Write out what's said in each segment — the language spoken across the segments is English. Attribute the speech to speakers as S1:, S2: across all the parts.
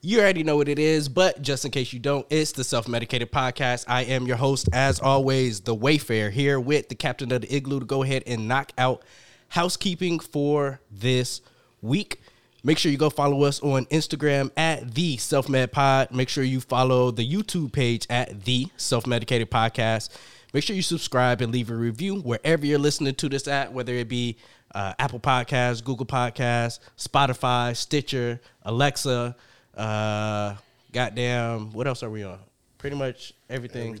S1: You already know what it is, but just in case you don't, it's the Self Medicated Podcast. I am your host, as always, the Wayfair, here with the captain of the igloo to go ahead and knock out housekeeping for this week. Make sure you go follow us on Instagram at the Self Med Pod. Make sure you follow the YouTube page at the Self Medicated Podcast. Make sure you subscribe and leave a review wherever you're listening to this at, whether it be uh, Apple Podcasts, Google Podcasts, Spotify, Stitcher, Alexa. Uh, goddamn, what else are we on? Pretty much everything,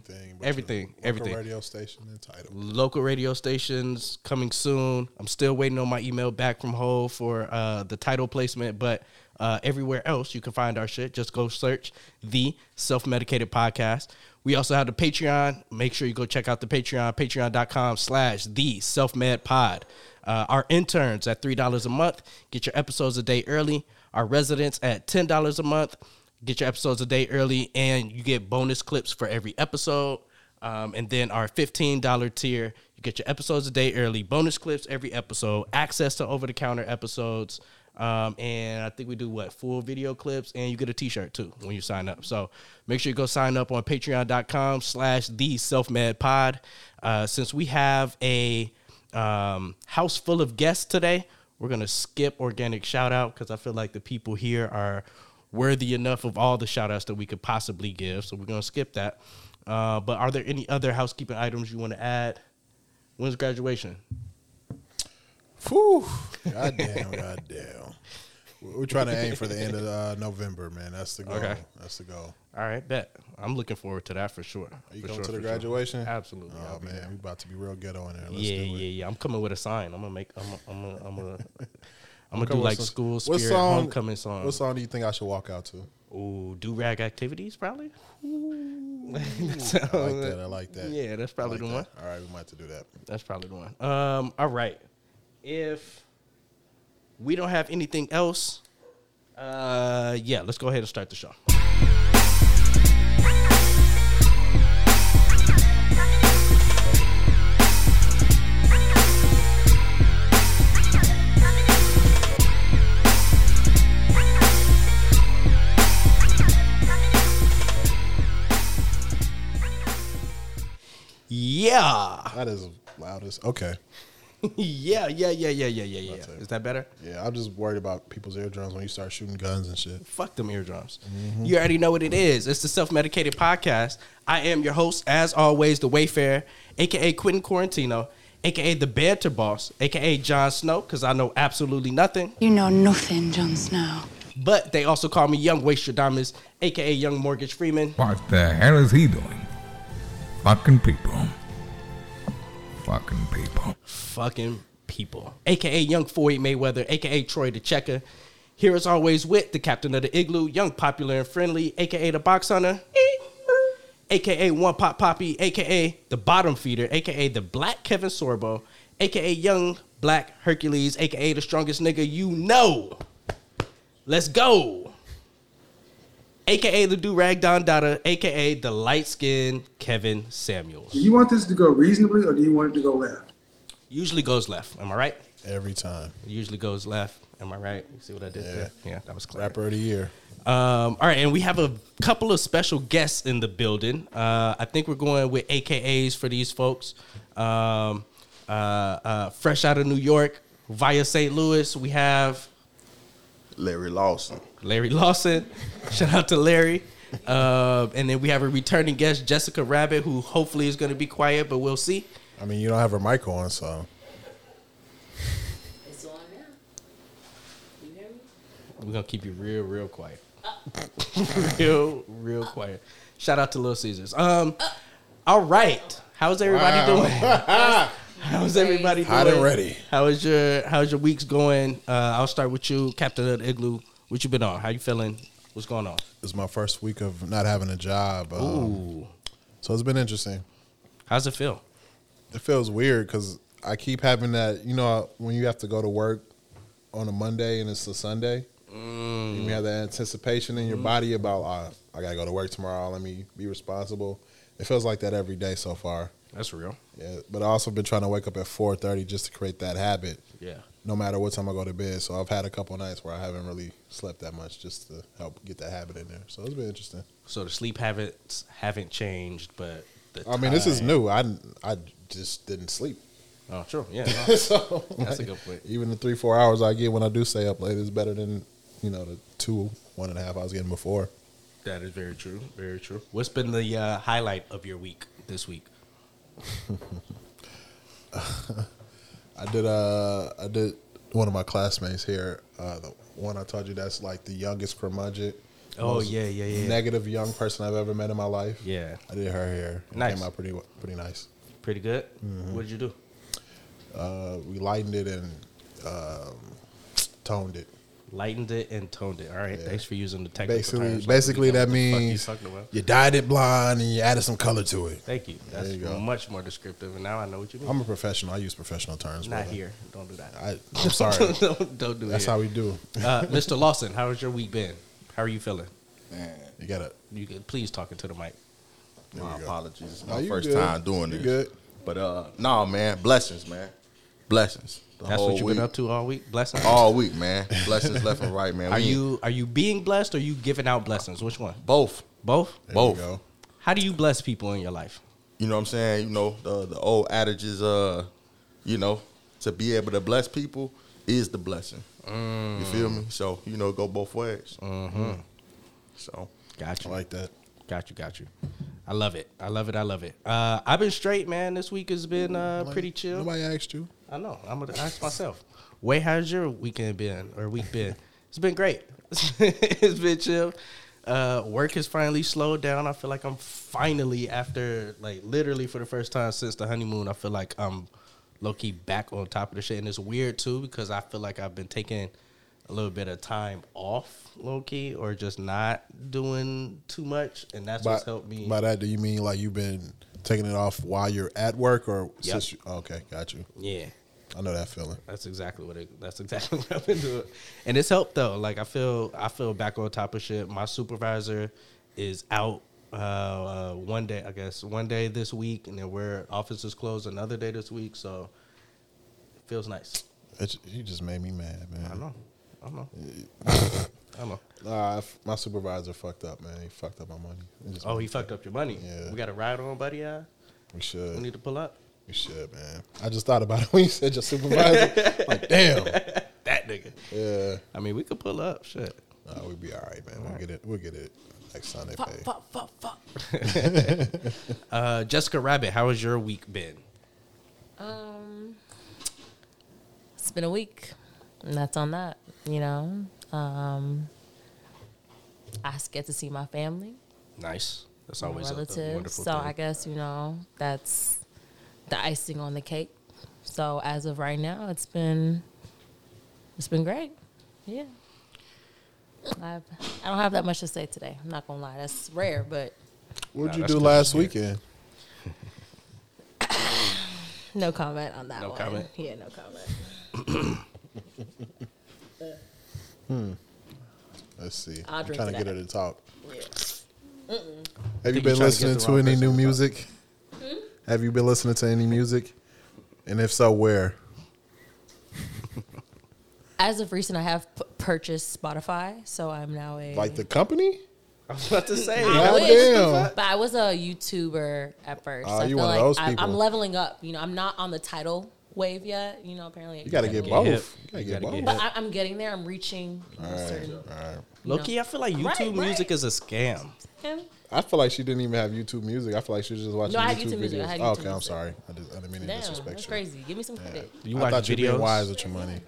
S1: everything,
S2: Everything, but your
S1: everything.
S2: local Radio station entitled.
S1: local radio stations coming soon. I'm still waiting on my email back from Hole for uh, the title placement, but uh, everywhere else you can find our shit. Just go search the Self Medicated Podcast. We also have the Patreon. Make sure you go check out the Patreon, patreon.com slash the self med pod. Uh, our interns at $3 a month get your episodes a day early. Our residents at $10 a month get your episodes a day early, and you get bonus clips for every episode. Um, and then our $15 tier, you get your episodes a day early, bonus clips every episode, access to over the counter episodes. Um, and I think we do what full video clips, and you get a T-shirt too when you sign up. So make sure you go sign up on Patreon.com/slash The Self Med Pod. Uh, since we have a um, house full of guests today, we're gonna skip organic shout out because I feel like the people here are worthy enough of all the shout outs that we could possibly give. So we're going to skip that. Uh, but are there any other housekeeping items you want to add? When's graduation?
S2: Whew. Goddamn, goddamn. We're we're trying to aim for the end of uh, November, man. That's the goal.
S1: Okay.
S2: That's the goal.
S1: All right, bet. I'm looking forward to that for sure.
S2: Are you
S1: for
S2: going
S1: sure,
S2: to the
S1: for sure.
S2: graduation?
S1: Absolutely.
S2: Oh
S1: I'll be
S2: man,
S1: there.
S2: we about to be real ghetto in there. Let's
S1: yeah,
S2: do it.
S1: yeah, yeah. I'm coming with a sign. I'm gonna make. I'm. i I'm. i I'm gonna. I'm
S2: Come
S1: gonna do
S2: with
S1: like
S2: some-
S1: school
S2: what
S1: spirit
S2: song-
S1: homecoming song.
S2: What song do you think I should walk out to?
S1: Ooh, do rag activities probably.
S2: I like that. I like that.
S1: Oh, Yeah, that's
S2: I
S1: probably
S2: like
S1: the
S2: that.
S1: one.
S2: All right, we might have to do that.
S1: That's probably the one. Um, all right. If we don't have anything else, uh, yeah, let's go ahead and start the show. Yeah.
S2: That is loudest. Okay.
S1: yeah, yeah, yeah, yeah, yeah, yeah, yeah.
S2: it.
S1: Is that better?
S2: Yeah, I'm just worried about people's eardrums when you start shooting guns and shit.
S1: Fuck them eardrums. You already know what it is. It's the Self Medicated Podcast. I am your host, as always, the Wayfarer, aka Quentin Quarantino, aka the Banter Boss, aka John Snow, because I know absolutely nothing.
S3: You know nothing, Jon Snow.
S1: But they also call me Young Wastradamus, aka Young Mortgage Freeman.
S4: What the hell is he doing? Fucking people. Fucking people.
S1: fucking people. AKA Young Floyd Mayweather, AKA Troy the Checker. Here as always with the captain of the igloo, young, popular, and friendly, AKA the box hunter, AKA One Pop Poppy, AKA the bottom feeder, AKA the black Kevin Sorbo, AKA Young Black Hercules, AKA the strongest nigga you know. Let's go. AKA the do rag Don Dada, AKA the light skinned Kevin Samuels.
S5: Do you want this to go reasonably or do you want it to go left?
S1: Usually goes left. Am I right?
S2: Every time.
S1: It usually goes left. Am I right? You see what I did there? Yeah, that was clever.
S2: Rapper of the year.
S1: Um, all right, and we have a couple of special guests in the building. Uh, I think we're going with AKAs for these folks. Um, uh, uh, fresh out of New York via St. Louis, we have
S6: Larry Lawson.
S1: Larry Lawson. Shout out to Larry. Um, and then we have a returning guest, Jessica Rabbit, who hopefully is going to be quiet, but we'll see.
S2: I mean, you don't have her mic on, so
S7: It's on now. You hear me?
S1: We're gonna keep you real, real quiet. real, real quiet. Shout out to Little Caesars. Um, all right. How's everybody doing? How's everybody doing?
S2: Hot and ready.
S1: How is your How's your weeks going? Uh, I'll start with you, Captain of the Igloo. What you been on? How you feeling? What's going on?
S2: it's my first week of not having a job. Um,
S1: Ooh,
S2: so it's been interesting.
S1: how's it feel?
S2: It feels weird because I keep having that, you know, when you have to go to work on a Monday and it's a Sunday, you have that anticipation in your body "Oh, about, "Ah, I got to go to work tomorrow. Let me be responsible. It feels like that every day so far.
S1: That's real.
S2: Yeah, but I also been trying to wake up at four thirty just to create that habit.
S1: Yeah.
S2: No matter what time I go to bed, so I've had a couple nights where I haven't really slept that much just to help get that habit in there. So it's been interesting.
S1: So the sleep habits haven't changed, but the
S2: I mean, this is
S1: time-
S2: new. I I just didn't sleep.
S1: Oh, true. Yeah. no.
S2: so
S1: That's a
S2: like,
S1: good point.
S2: Even the three four hours I get when I do stay up late is better than you know the two one and a half I was getting before.
S1: That is very true. Very true. What's been the uh, highlight of your week this week?
S2: I did uh I did one of my classmates here, uh, the one I told you that's like the youngest curmudgeon.
S1: Oh,
S2: most
S1: yeah, yeah, yeah.
S2: Negative young person I've ever met in my life.
S1: Yeah.
S2: I did her hair. It
S1: Nice.
S2: Came out pretty wa- pretty nice.
S1: Pretty good.
S2: Mm-hmm.
S1: What did you do?
S2: Uh, we lightened it and um, toned it.
S1: Lightened it and toned it. All right. Thanks for using the technical
S2: Basically,
S1: terms.
S2: basically
S1: Like,
S2: that
S1: we know what the fuck you
S2: means
S1: talking about.
S2: you dyed it blonde and you added some color to it.
S1: Thank you. That's
S2: you go.
S1: much more descriptive, and now I know what you mean.
S2: I'm a professional. I use professional terms.
S1: Not
S2: brother.
S1: here. Don't do that.
S2: I, I'm sorry.
S1: don't, don't do
S2: That's
S1: it.
S2: how we do.
S1: uh, Mr. Lawson, how has your week been? How are you feeling?
S6: Man,
S2: You gotta.
S1: You can please talk into the mic.
S6: my
S2: we go.
S6: apologies. It's
S2: No,
S6: my
S2: you
S6: first
S2: good.
S6: time doing
S2: You
S6: this.
S2: good.
S6: But uh, no, man, blessings, man, blessings. The
S1: That's
S6: whole
S1: what you've
S6: week.
S1: been up to all week. Blessings.
S6: all week, man. Blessings left and right, man.
S1: Are
S6: We
S1: you are you being blessed or you giving out blessings? Which one?
S6: both?
S1: Both.
S2: There
S6: Both.
S2: We go.
S1: How do you bless people in your life?
S6: You know what I'm saying? You know the the old adage is uh, you know, to be able to bless people is the blessing. You feel
S1: Mm.
S6: me? So you know, go both ways.
S1: Mm-hmm.
S6: Mm. So
S1: Got
S2: I
S1: you.
S2: like that.
S1: Got you, got you. I love it. I love it. I love it. Uh, I've been straight, man. This week has been uh, pretty chill.
S2: Nobody asked you.
S1: I know. I'm gonna ask myself. Way how's your weekend been or week been? It's been great. it's been chill. Uh, work has finally slowed down. I feel like I'm finally after like literally for the first time since the honeymoon. I feel like I'm low key back on top of the shit, and it's weird too because I feel like I've been taking a little bit of time off low key or just not doing too much, and that's
S2: By,
S1: what's helped me.
S2: by that, do you mean like you've been taking it off while you're at work, or
S1: Yeah.
S2: since you, oh, okay, got you.
S1: yeah.
S2: I know that feeling.
S1: That's exactly what it. That's exactly what I've been doing, and it's helped though. Like I feel, I feel back on top of shit. My supervisor is out uh, uh, one day, I guess, one day this week, and then we're office is closed another day this week. So it feels nice.
S2: It, you just made me mad, man.
S1: I know, I know, I know.
S2: Nah, I f- my supervisor fucked up, man. He fucked up my money. It just
S1: Oh,
S2: made-
S1: he fucked up your money.
S2: Yeah.
S1: We got a ride on, buddy. Uh,
S2: we
S1: we
S2: should.
S1: need to pull up.
S2: we should, man. I just thought about it when you said your supervisor. like, damn.
S1: That nigga.
S2: Yeah.
S1: I mean, we could pull up. Shit.
S2: Nah, we'll be all right, man. We'll get it. We'll get it next Sunday. Pay.
S1: Uh, Jessica Rabbit, how has your week been?
S7: Um, it's been a week, and that's on that. You know, um, I s- get to see my family,
S1: Nice. That's
S7: my
S1: always a- a
S7: relatives.
S1: wonderful
S7: So
S1: thing.
S7: I guess you know that's the icing on the cake. So as of right now, it's been it's been great. Yeah, I've, I don't have that much to say today. I'm not gonna lie. That's rare, but
S2: What'd
S1: Nah,
S2: you
S1: that's
S2: do
S1: good
S2: last
S1: to hear.
S2: weekend?
S7: no comment on that.
S1: No
S7: one.
S1: comment.
S7: Yeah, no comment.
S2: Let's see.
S7: I'll
S2: I'm
S7: drink
S2: trying
S7: to
S2: to get
S7: that.
S2: her to talk.
S7: Yeah.
S2: Have you
S1: think you're trying to
S2: been
S1: get
S2: listening
S1: the
S2: to
S1: wrong
S2: any
S1: person to
S2: new
S1: talk.
S2: music?
S7: Hmm?
S2: Have you been listening to any music? And if so, where?
S7: As of recent, I have p- purchased Spotify, so I'm now a
S2: Like the company?
S1: I was about to say.
S7: I
S2: God
S7: wish.
S2: damn.
S7: But I was a YouTuber at first.
S2: Ah,
S7: I
S2: you
S7: feel
S2: one of
S7: like
S2: those
S7: I,
S2: people.
S7: am leveling up. You know, I'm not on the title wave yet. You know, apparently
S2: You gotta get
S1: Get
S2: both.
S1: hip.
S2: You gotta
S1: You
S2: get
S1: gotta get
S2: both.
S7: But I, I'm getting there. I'm reaching. you know,
S2: All right,
S7: certain,
S2: all right.
S1: Low key, I feel like YouTube
S7: Right, right.
S1: music is a scam.
S7: And
S2: I feel like she didn't even have YouTube music. I feel like she was just watching
S7: No, I had
S2: YouTube,
S7: YouTube
S2: videos.
S7: music. I had
S2: Oh,
S7: YouTube
S2: okay, I'm
S7: music.
S2: sorry. I, just, I didn't mean to
S7: Damn,
S2: disrespect
S7: that's
S2: you.
S7: crazy. Give me some credit.
S1: You
S2: I
S1: watch
S2: thought you being
S1: videos?
S2: wise with your money.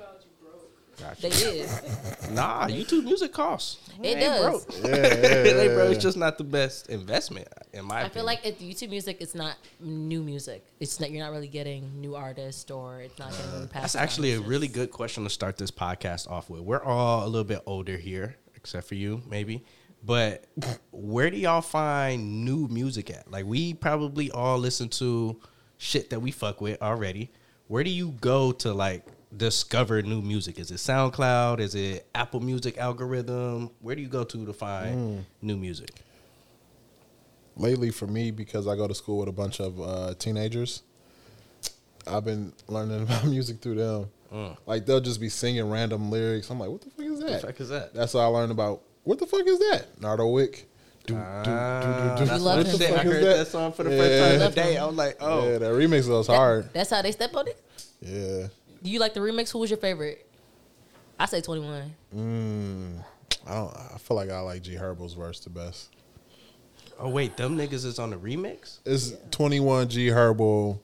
S7: They is.
S1: Nah, YouTube music costs.
S7: It
S1: ain't
S7: does.
S1: broke. it ain't broke. It's just not the best investment in my.
S7: I feel like if YouTube music, it's not new music. It's not. You're not really getting new artists, or it's not getting really past.
S1: that's actually a really good question to start this podcast off with. We're all a little bit older here, except for you, maybe. But where do y'all find new music at? Like we probably all listen to shit that we fuck with already. Where do you go to like discover new music? Is it SoundCloud? Is it Apple
S2: Mm.
S1: Music algorithm? Where do you go to to find new music?
S2: lately for me because I go to school with a bunch of uh, teenagers. I've been learning about music through them.
S1: Uh.
S2: Like they'll just be singing random lyrics. I'm like, what the fuck is that?
S1: fuck is that?
S2: That's how I learned about what the fuck is that? Nardo Wick. Do, do, do, do, do.
S1: Ah, That's
S7: love
S1: what
S7: him.
S1: shit. I
S2: What the fuck
S1: heard
S2: is
S1: that? song for the first
S2: Yeah.
S1: time today. I was like, oh,
S2: Yeah, that remix was hard.
S7: That's how they step on it.
S2: Yeah.
S7: You like the remix? Who was your favorite? I say Twenty One.
S2: Mm. I don't I feel like I like G Herbo's verse the best.
S1: oh wait, them niggas is on the remix.
S2: It's 21 G Herbal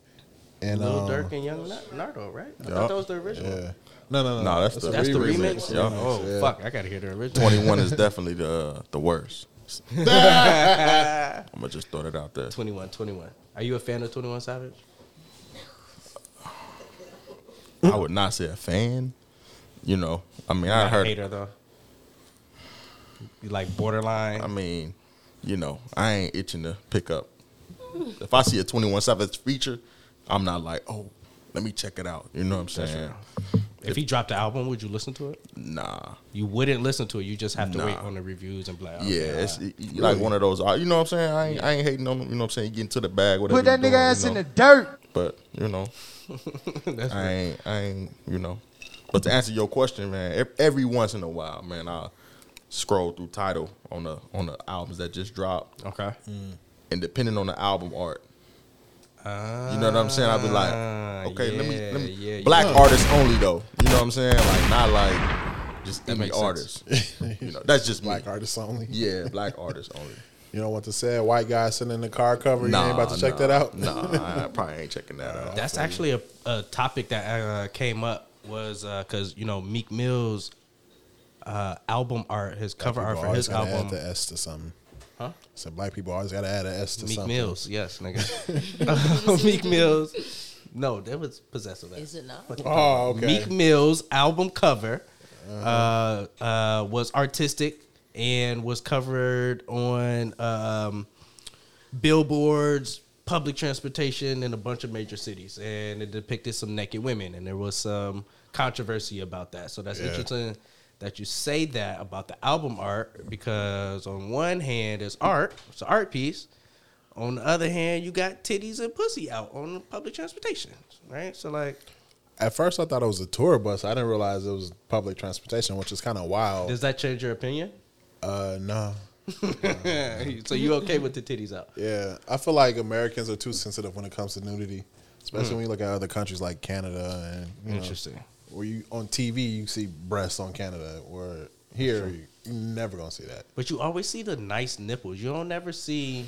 S2: and
S1: Lil
S2: um,
S1: Durk and Young Na- Nardo, right? I thought that was the original.
S2: Yeah. No, no, no.
S6: Nah, that's the-
S1: That's the
S6: Remix.
S1: remix.
S6: Yeah.
S1: Oh
S2: Yeah.
S1: fuck, I gotta hear the original.
S6: Twenty one is definitely the the worst. I'm gonna just throw that out there.
S1: 21, 21. Are you a fan of Twenty One Savage?
S6: I would not say a fan. You know, I mean, I
S1: Not a
S6: heard.
S1: hater though. You like borderline?
S6: I mean, you know, I ain't itching to pick up. If I see a 21 Savage feature, I'm not like, oh, let me check it out. You know what I'm saying?
S1: if he dropped the album, would you listen to it?
S6: Nah.
S1: You wouldn't listen to it. You just have to
S6: Nah.
S1: wait on the reviews and be like,
S6: Yeah,
S1: okay,
S6: it's
S1: alright.
S6: it- it- like one of those. uh, You know what I'm saying? I ain't, I ain't hating on them. You know what I'm saying? Get into the bag, whatever.
S8: Put that
S6: you
S8: nigga
S6: doing,
S8: ass
S6: you
S8: in
S6: know?
S8: the dirt.
S6: But you know,
S1: That's
S6: I ain't, I ain't, you know. But to answer your question, man, ev- every once in a while, man, I scroll through title on the on the albums that just dropped,
S2: Oh.
S1: okay.
S6: and depending on the album art, you know what I'm saying. I'll be
S2: Ah,
S6: like, okay, let me, let me
S1: yeah, yeah.
S6: black artists only though. You know what I'm saying? Like not like just any
S1: makes sense.
S6: artist. you know, that's just
S2: black
S6: me.
S2: artists only.
S6: Yeah, black artists only.
S2: You don't want the sad white guy sitting in the car cover. you ain't about to check
S6: nah,
S2: that out.
S6: Nah, I probably ain't checking that out.
S1: That's actually a, a topic that uh, came up was because you know Meek Mill's uh, album art, his cover art
S2: People
S1: for his
S2: always gotta
S1: album,
S2: add the S to something.
S1: Huh?
S2: So black people always gotta add an S to
S1: Meek
S2: something.
S1: Mills. Yes, nigga, Meek Mills. No, that was possessive.
S7: Is it not?
S2: Oh, okay.
S1: Meek Mill's album cover uh, uh, was artistic and was covered on um, billboards, public transportation, in a bunch of major cities, and it depicted some naked women, and there was some controversy about that. So that's interesting that you say that about the album art because on one hand it's art, it's an art piece. On the other hand, you got titties and pussy out on public transportation, right? So like,
S2: At first, I thought it was a tour bus. I didn't realize it was public transportation, which is kind of wild.
S1: Does that change your opinion?
S2: Uh, no.
S1: so you okay with the titties out?
S2: Yeah, I feel like Americans are too sensitive when it comes to nudity, especially when you look at other countries like Canada and you know,
S1: Hmm. Interesting.
S2: where you on TV you see breasts on Canada, where here you you never gonna see that.
S1: But you always see the nice nipples. You don't never see.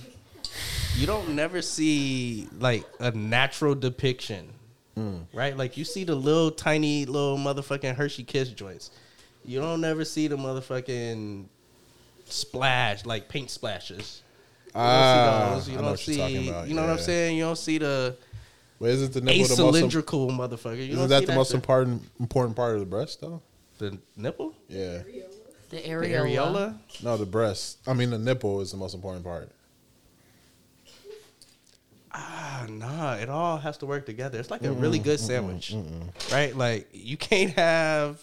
S1: You don't never see like a natural depiction,
S2: Hmm.
S1: right? Like you see the little tiny little motherfucking Hershey Kiss joints. You don't never see the motherfucking splash like paint splashes. You don't
S2: Ah,
S1: see those. You
S2: I know
S1: don't
S2: what you're talking
S1: see.
S2: about,
S1: You know what I'm
S2: yeah.
S1: saying? You don't see the
S2: But isn't the nipple the most? im-
S1: acylindrical motherfucker. You
S2: Isn't
S1: don't
S2: that
S1: see
S2: the most
S1: shit.
S2: important important part of the breast though?
S1: The nipple,
S2: Yeah.
S7: The
S1: the
S7: areola.
S1: areola.
S2: No, the breast. I mean, the nipple is the most important part.
S1: Ah, nah, it all has to work together. It's like a really good sandwich, right? Like you can't have.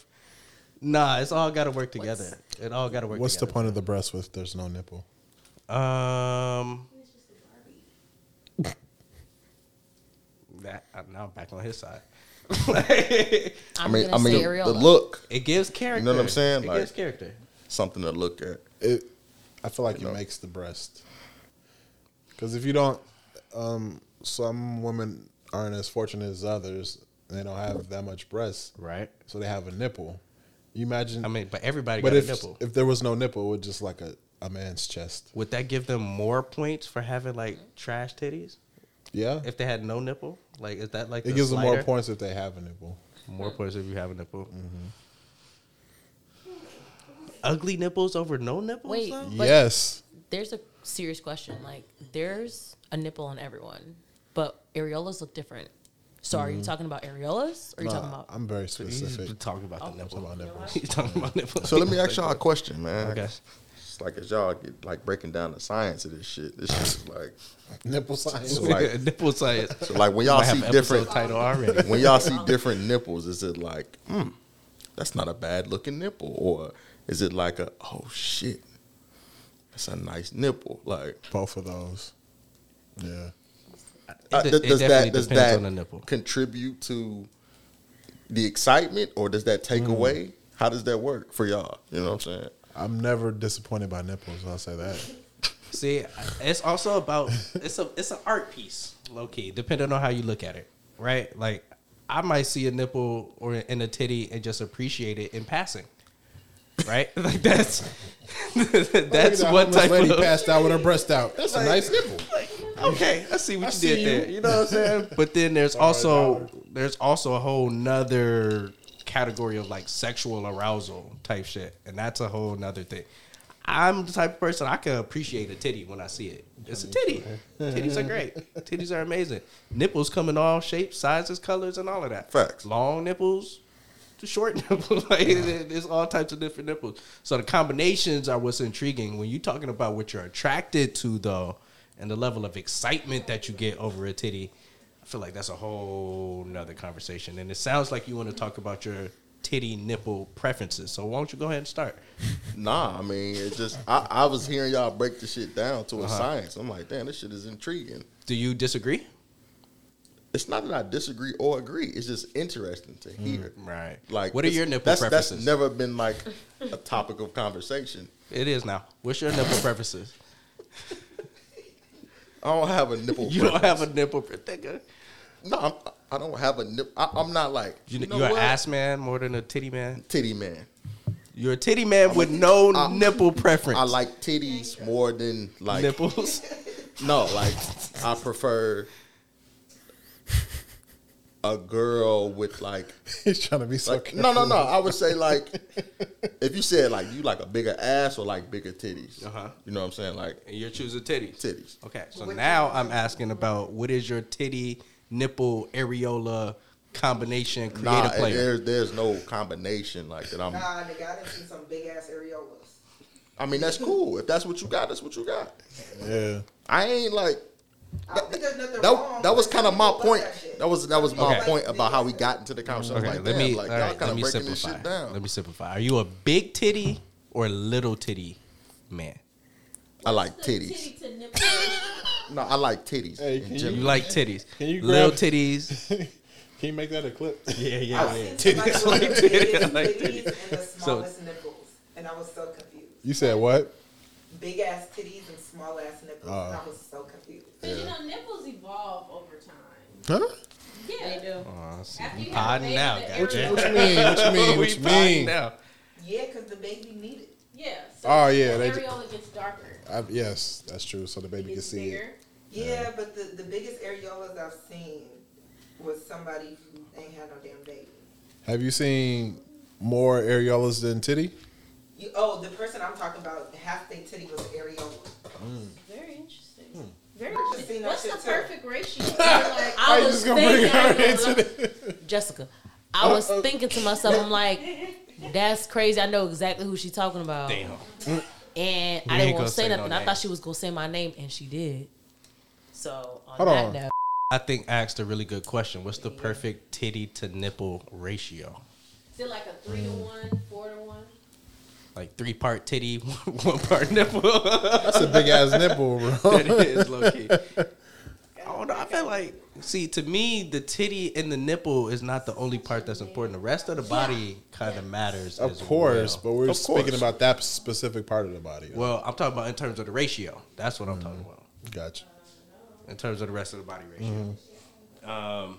S1: Nah, it's all got to work together. it all got to work.
S2: What's the
S1: together.
S2: point of the breast if there's no nipple?
S1: Um. That uh, now I'm back on his side.
S6: I
S7: I'm
S6: mean,
S7: gonna
S6: I mean,
S7: say areola.
S6: the look,
S1: it gives character.
S6: You know what I'm saying?
S1: It
S6: Like-
S1: gives character.
S6: something to look at.
S2: It, I feel like
S6: No.
S2: it makes the breast. Because if you don't, um, some women aren't as fortunate as others. And they don't have that much breast,
S1: Right.
S2: So they have a nipple. You imagine?
S1: I mean, but everybody
S2: but
S1: got
S2: if
S1: a nipple.
S2: if there was no nipple, it would just like a, a man's chest.
S1: Would that give them more points for having like trash titties
S2: Yeah,
S1: if they had no nipple? Like, is that like
S2: it
S1: the
S2: gives them more
S1: slider?
S2: points if they have a nipple.
S1: More points if you have a nipple. Ugly nipples over no nipples.
S7: Wait.
S1: though?
S7: But-
S2: yes,
S7: There's a serious question. Like, there's a nipple on everyone, but areolas look different. So, are you talking about areolas? Or are you talking
S2: Mm-hmm. Nah,
S7: about?
S2: I'm very
S1: he's
S2: specific.
S1: been talking about the nipple.
S2: about nipples.
S1: He's talking about nipples.
S6: So let me ask y'all a question, man.
S1: Okay.
S6: It's like as y'all get like breaking down the science of this shit. This shit is like,
S2: Nipple science.
S6: So, like-
S1: nipple science.
S6: so like when y'all
S1: I have
S6: see
S1: an
S6: different Uh,
S1: episode title already.
S6: when y'all see different nipples, is it like, hmm, that's not a bad looking nipple, or is it like a oh shit, that's a nice nipple. Like
S2: Both of those. Yeah.
S6: uh,
S1: It, de-
S6: does-
S1: it
S6: does
S1: definitely
S6: that does
S1: depends
S6: that
S1: on the nipple.
S6: contribute to the excitement, or does that
S1: Mm.
S6: take away? How does that work for y'all? You know what I'm saying?
S2: I'm never disappointed by nipples. I'll say that.
S1: See, it's also about it's a it's an art piece, low key, depending on how you look at it, right? Like I might see a nipple or in a titty and just appreciate it in passing, right? Like that's that's
S2: Look at that
S1: what
S2: homeless
S1: type
S2: lady
S1: of
S2: passed out with her breast out. That's a nice nipple.
S1: okay, I see what you did
S2: see
S1: there. You know what I'm saying? But then there's also there's also a whole nother category of like sexual arousal type shit. And that's a whole nother thing. I'm the type of person I can appreciate a titty when I see it. It's a titty. Titties are great. Titties are amazing. Nipples come in all shapes, sizes, colors, and all of that.
S6: Facts.
S1: Long nipples, to short nipples. like there- there's all types of different nipples. So the combinations are what's intriguing. When you're talking about what you're attracted to, though, and the level of excitement that you get over a titty, I feel like that's a whole nother conversation. And it sounds like you want to talk about your titty nipple preferences. So why don't you go ahead and start?
S6: Nah, I mean, it's just I, I was hearing y'all break the shit down to a
S1: Uh-huh.
S6: science. I'm like, damn, this shit is intriguing.
S1: Do you disagree?
S6: It's not that I disagree or agree. It's just interesting to hear.
S1: Mm. Right.
S6: Like,
S1: what are
S6: it's-
S1: your nipple
S6: that's,
S1: preferences?
S6: That's never been like a topic of conversation.
S1: it is now. What's your nipple preferences?
S6: I don't have a nipple.
S1: You don't have a nipple, pre- nigga.
S6: a no. I'm, I don't have a nip. I, I'm not like
S1: You,
S6: know
S1: you're an
S6: what?
S1: ass man more than a titty man.
S6: titty man.
S1: You're a titty man with no
S6: I-
S1: nipple preference.
S6: I like titties more than like
S1: nipples.
S6: No, like I prefer a girl with like
S2: He's trying to be so
S6: Like,
S2: careful.
S6: no, no, no. I would say like if you said like you like a bigger ass or like bigger titties.
S1: Uh-huh.
S6: You know what I'm saying? Like
S1: and you're choosing titties.
S6: titties.
S1: Okay, so now I'm asking about what is your titty nipple areola combination creative
S6: Nah, eh,
S1: player?
S6: there's there's no combination like that. I'm.
S8: Nah, nigga, I done seen some big ass areolas.
S6: I mean, that's cool. If that's what you got, that's what you got.
S2: Yeah.
S6: I ain't like
S8: I don't think there's nothing wrong.
S6: that. That was kind of my
S8: Fuck
S6: point.
S8: that shit.
S6: That was that was my
S1: Okay.
S6: point about how we got into the conversation.
S1: okay,
S6: like,
S1: let
S6: damn,
S1: me
S6: like
S1: all
S6: y'all
S1: right,
S6: kind
S1: let
S6: of
S1: me
S6: breaking
S1: simplify.
S6: this shit down.
S1: Let me simplify. Are you a big titty or a little titty man?
S6: I like titties.
S7: Titty to nipple.
S6: No, I like titties.
S2: Hey,
S6: in
S2: can you-
S6: general.
S1: You like titties?
S2: Can you
S1: little
S2: grab-
S1: titties?
S2: Can you make that a clip?
S1: yeah,
S8: I've seen somebody with
S1: like
S8: the
S1: titties,
S8: biggest
S1: like
S8: titties and
S1: titties.
S8: the
S1: So-
S8: smallest nipples, and I was so confused.
S2: You said what?
S8: Big ass titties and small ass nipples, and
S6: Uh.
S8: I was so confused.
S9: Because you know, nipples evolve over time.
S2: Huh?
S9: Yeah, they do.
S1: Oh, see,
S9: After
S1: we
S9: you have a
S1: podding
S9: baby,
S1: now,
S9: the
S1: gotcha.
S9: area-
S2: What you mean? What you mean? What you mean?
S1: now.
S8: Yeah, because the baby needed.
S9: Yeah. So
S2: Oh, yeah,
S9: The
S2: they-
S9: areola gets darker.
S2: I, yes, that's true. So the baby can
S9: Gets
S2: see it.
S9: bigger.
S8: Yeah, but the, the biggest areolas I've seen was somebody who ain't had no damn baby.
S2: Have you seen more areolas than titty?
S8: You, oh, the person I'm talking about, half their titty was an areola.
S9: Very interesting. Very
S8: I've just seen
S9: interesting.
S8: that
S9: What's
S8: shit
S9: the
S8: too.
S9: perfect ratio?
S8: Like,
S7: I was thinking,
S2: it.
S7: Jessica, I was thinking to myself, I'm like, that's crazy. I know exactly who she's talking about.
S1: Damn.
S7: And
S1: ain't
S7: I didn't
S1: gonna
S7: want to
S1: say
S7: say
S1: no
S7: nothing. I
S1: name.
S7: thought she was going to say my name, and she did. So, on
S2: Hold
S7: that
S2: on.
S7: note,
S1: I think asked a really good question. What's the perfect titty to nipple ratio?
S9: Is it like a three to one, four to one?
S1: Like three part titty, one part nipple.
S2: That's a big ass nipple, bro.
S1: it is low key. I don't know. I feel like, see, to me, the titty and the nipple is not the only part that's important. The rest of the body kind of matters.
S2: Of
S1: as
S2: course,
S1: well.
S2: but we're
S6: Of
S2: speaking
S6: course.
S2: about that specific part of the body.
S1: well, I'm talking about in terms of the ratio. That's what I'm
S2: Mm-hmm.
S1: talking about.
S2: Gotcha.
S1: In terms of the rest of the body ratio.
S2: Mm-hmm.